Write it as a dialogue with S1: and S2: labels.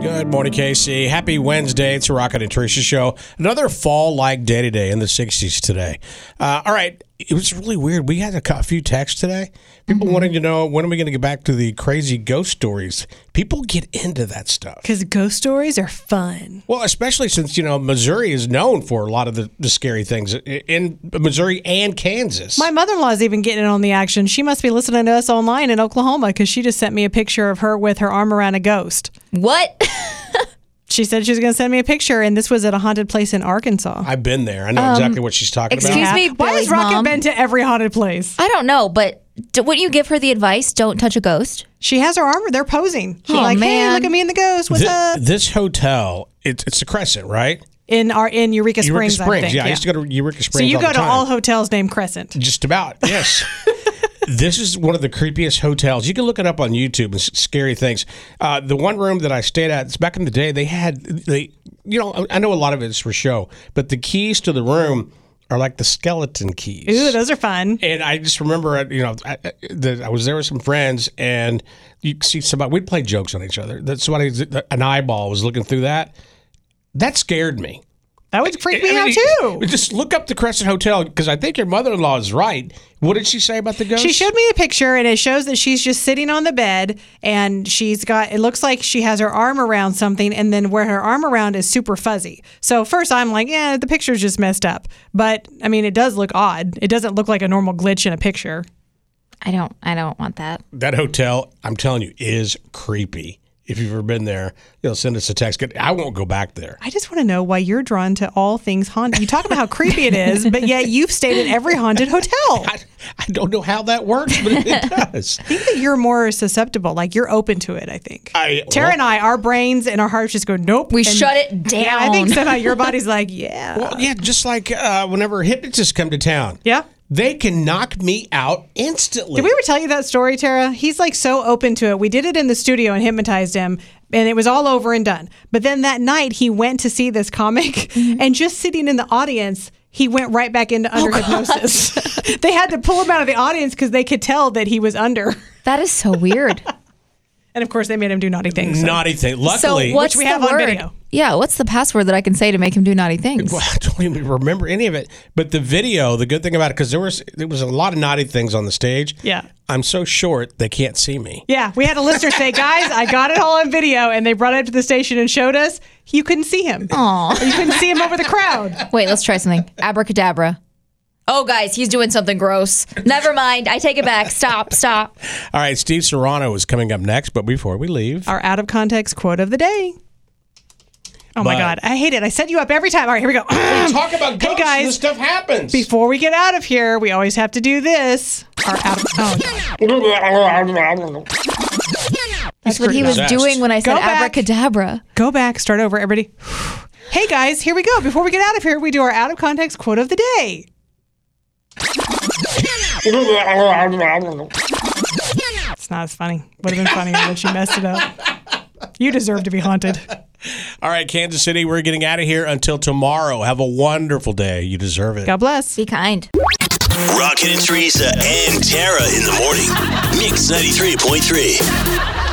S1: Good morning, KC. Happy Wednesday. It's a Rocket and Tricia show. Another fall like day today in the 60s today. Uh, all right. It was really weird. We had a cou- few texts today. People
S2: Mm-hmm.
S1: wanting to know when are we going to get back to the crazy ghost stories. People get into that stuff.
S2: Because ghost stories are fun.
S1: Well, especially since, you know, Missouri is known for a lot of the, the scary things i- in Missouri and Kansas.
S2: My mother in law's even getting in on the action. She must be listening to us online in Oklahoma because she just sent me a picture of her with her arm around a ghost.
S3: What?
S2: She said she was going to send me a picture, and this was at a haunted place in Arkansas.
S1: I've been there. I
S2: Um,
S1: know exactly what she's talking about.
S3: excuse me,
S2: Why has
S3: Billy's
S2: Rocket
S3: mom.
S2: been to every haunted place?
S3: I don't know, but d- wouldn't you give her the advice? Don't touch a ghost.
S2: She has her arm. They're posing. She's
S3: Oh,
S2: like,
S3: man.
S2: hey, look at me uh, and the ghost. What's
S1: Thi-
S2: up?
S1: This hotel, it's it's the Crescent, right?
S2: In our in Eureka Springs,
S1: Eureka
S2: I
S1: Springs.
S2: think,
S1: yeah, I used to go to Eureka Springs.
S2: so you
S1: all
S2: go
S1: the
S2: to
S1: time.
S2: all hotels named Crescent.
S1: Just about, yes. this is one of the creepiest hotels. You can look it up on YouTube. It's scary things. Uh, the one room that I stayed at, it's back in the day, they had, they, you know, I- I know a lot of it is for show, but the keys to the room are like the skeleton keys.
S2: Ooh, those are fun.
S1: and I just remember, uh, you know, I, I- that I was there with some friends, and you see somebody. We'd play jokes on each other. That somebody, an eyeball, was looking through that. That scared me.
S2: That would freak me
S1: I
S2: out
S1: mean,
S2: too.
S1: Just look up the Crescent Hotel because I think your mother-in-law is right. What did she say about the ghost?
S2: She showed me a picture, and it shows that she's just sitting on the bed, and she's got. It looks like she has her arm around something, and then where her arm around is super fuzzy. So first, I'm like, yeah, the picture's just messed up. But I mean, it does look odd. It doesn't look like a normal glitch in a picture.
S3: I don't. I don't want that.
S1: that hotel. I'm telling you, is creepy. If you've ever been there, you know, send us a text. 'cause I won't go back there.
S2: I just want to know why you're drawn to all things haunted. You talk about how creepy it is, but yet you've stayed at every haunted hotel. I
S1: I, I don't know how that works, but it does.
S2: think that you're more susceptible. Like you're open to it. I think.
S1: I-
S2: Tara and I, our brains and our hearts just go, nope.
S3: We
S2: and-
S3: shut it down.
S2: Yeah, I think somehow your body's like, yeah.
S1: Well, yeah, just like uh, whenever hypnotists come to town.
S2: Yeah.
S1: They can knock me out instantly.
S2: Did we ever tell you that story, Tara? He's like so open to it. We did it in the studio and hypnotized him, and it was all over and done. But then that night, he went to see this comic, and just sitting in the audience, he went right back into under hypnosis. they had to pull him out of the audience because they could tell that he was under.
S3: That is so weird.
S2: And of course, they made him do naughty things. so-
S1: Naughty thing.
S3: so
S1: Luckily,
S3: what's
S2: we
S3: the
S2: have on
S3: word?
S2: video.
S3: Yeah, what's the password that I can say to make him do naughty things?
S1: Well, I don't even remember any of it. But the video, the good thing about it, because there was there was a lot of naughty things on the stage.
S2: Yeah.
S1: I'm so short they can't see me.
S2: Yeah, we had a listener say, guys, I got it all on video. And they brought it up to the station and showed us. You couldn't see him.
S3: Aw.
S2: You couldn't see him over the crowd.
S3: Wait, let's try something. Abracadabra. Oh, guys, he's doing something gross. Never mind. I take it back. Stop. Stop.
S1: All right, Steve Serrano is coming up next, but before we leave,
S2: our out of context quote of the day. Oh my
S1: But-
S2: God, I hate it. I set you up every time. All right, here we go.
S1: talk about ghosts.
S2: guys.
S1: this stuff happens.
S2: Before we get out of here, we always have to do this. Our out of oh,
S3: That's what he was
S1: Possessed.
S3: doing when I said
S2: Go back.
S3: abracadabra.
S2: go back, start over, everybody. hey guys, here we go. Before we get out of here, we do our out of context quote of the day. It's not as funny. Would have been funnier, but you messed it up. You deserve to be haunted.
S1: All right, Kansas City, we're getting out of here until tomorrow. Have a wonderful day. You deserve it.
S2: God bless.
S3: Be kind.
S4: Rocket and Teresa and Tara in the morning. Mix 93.3.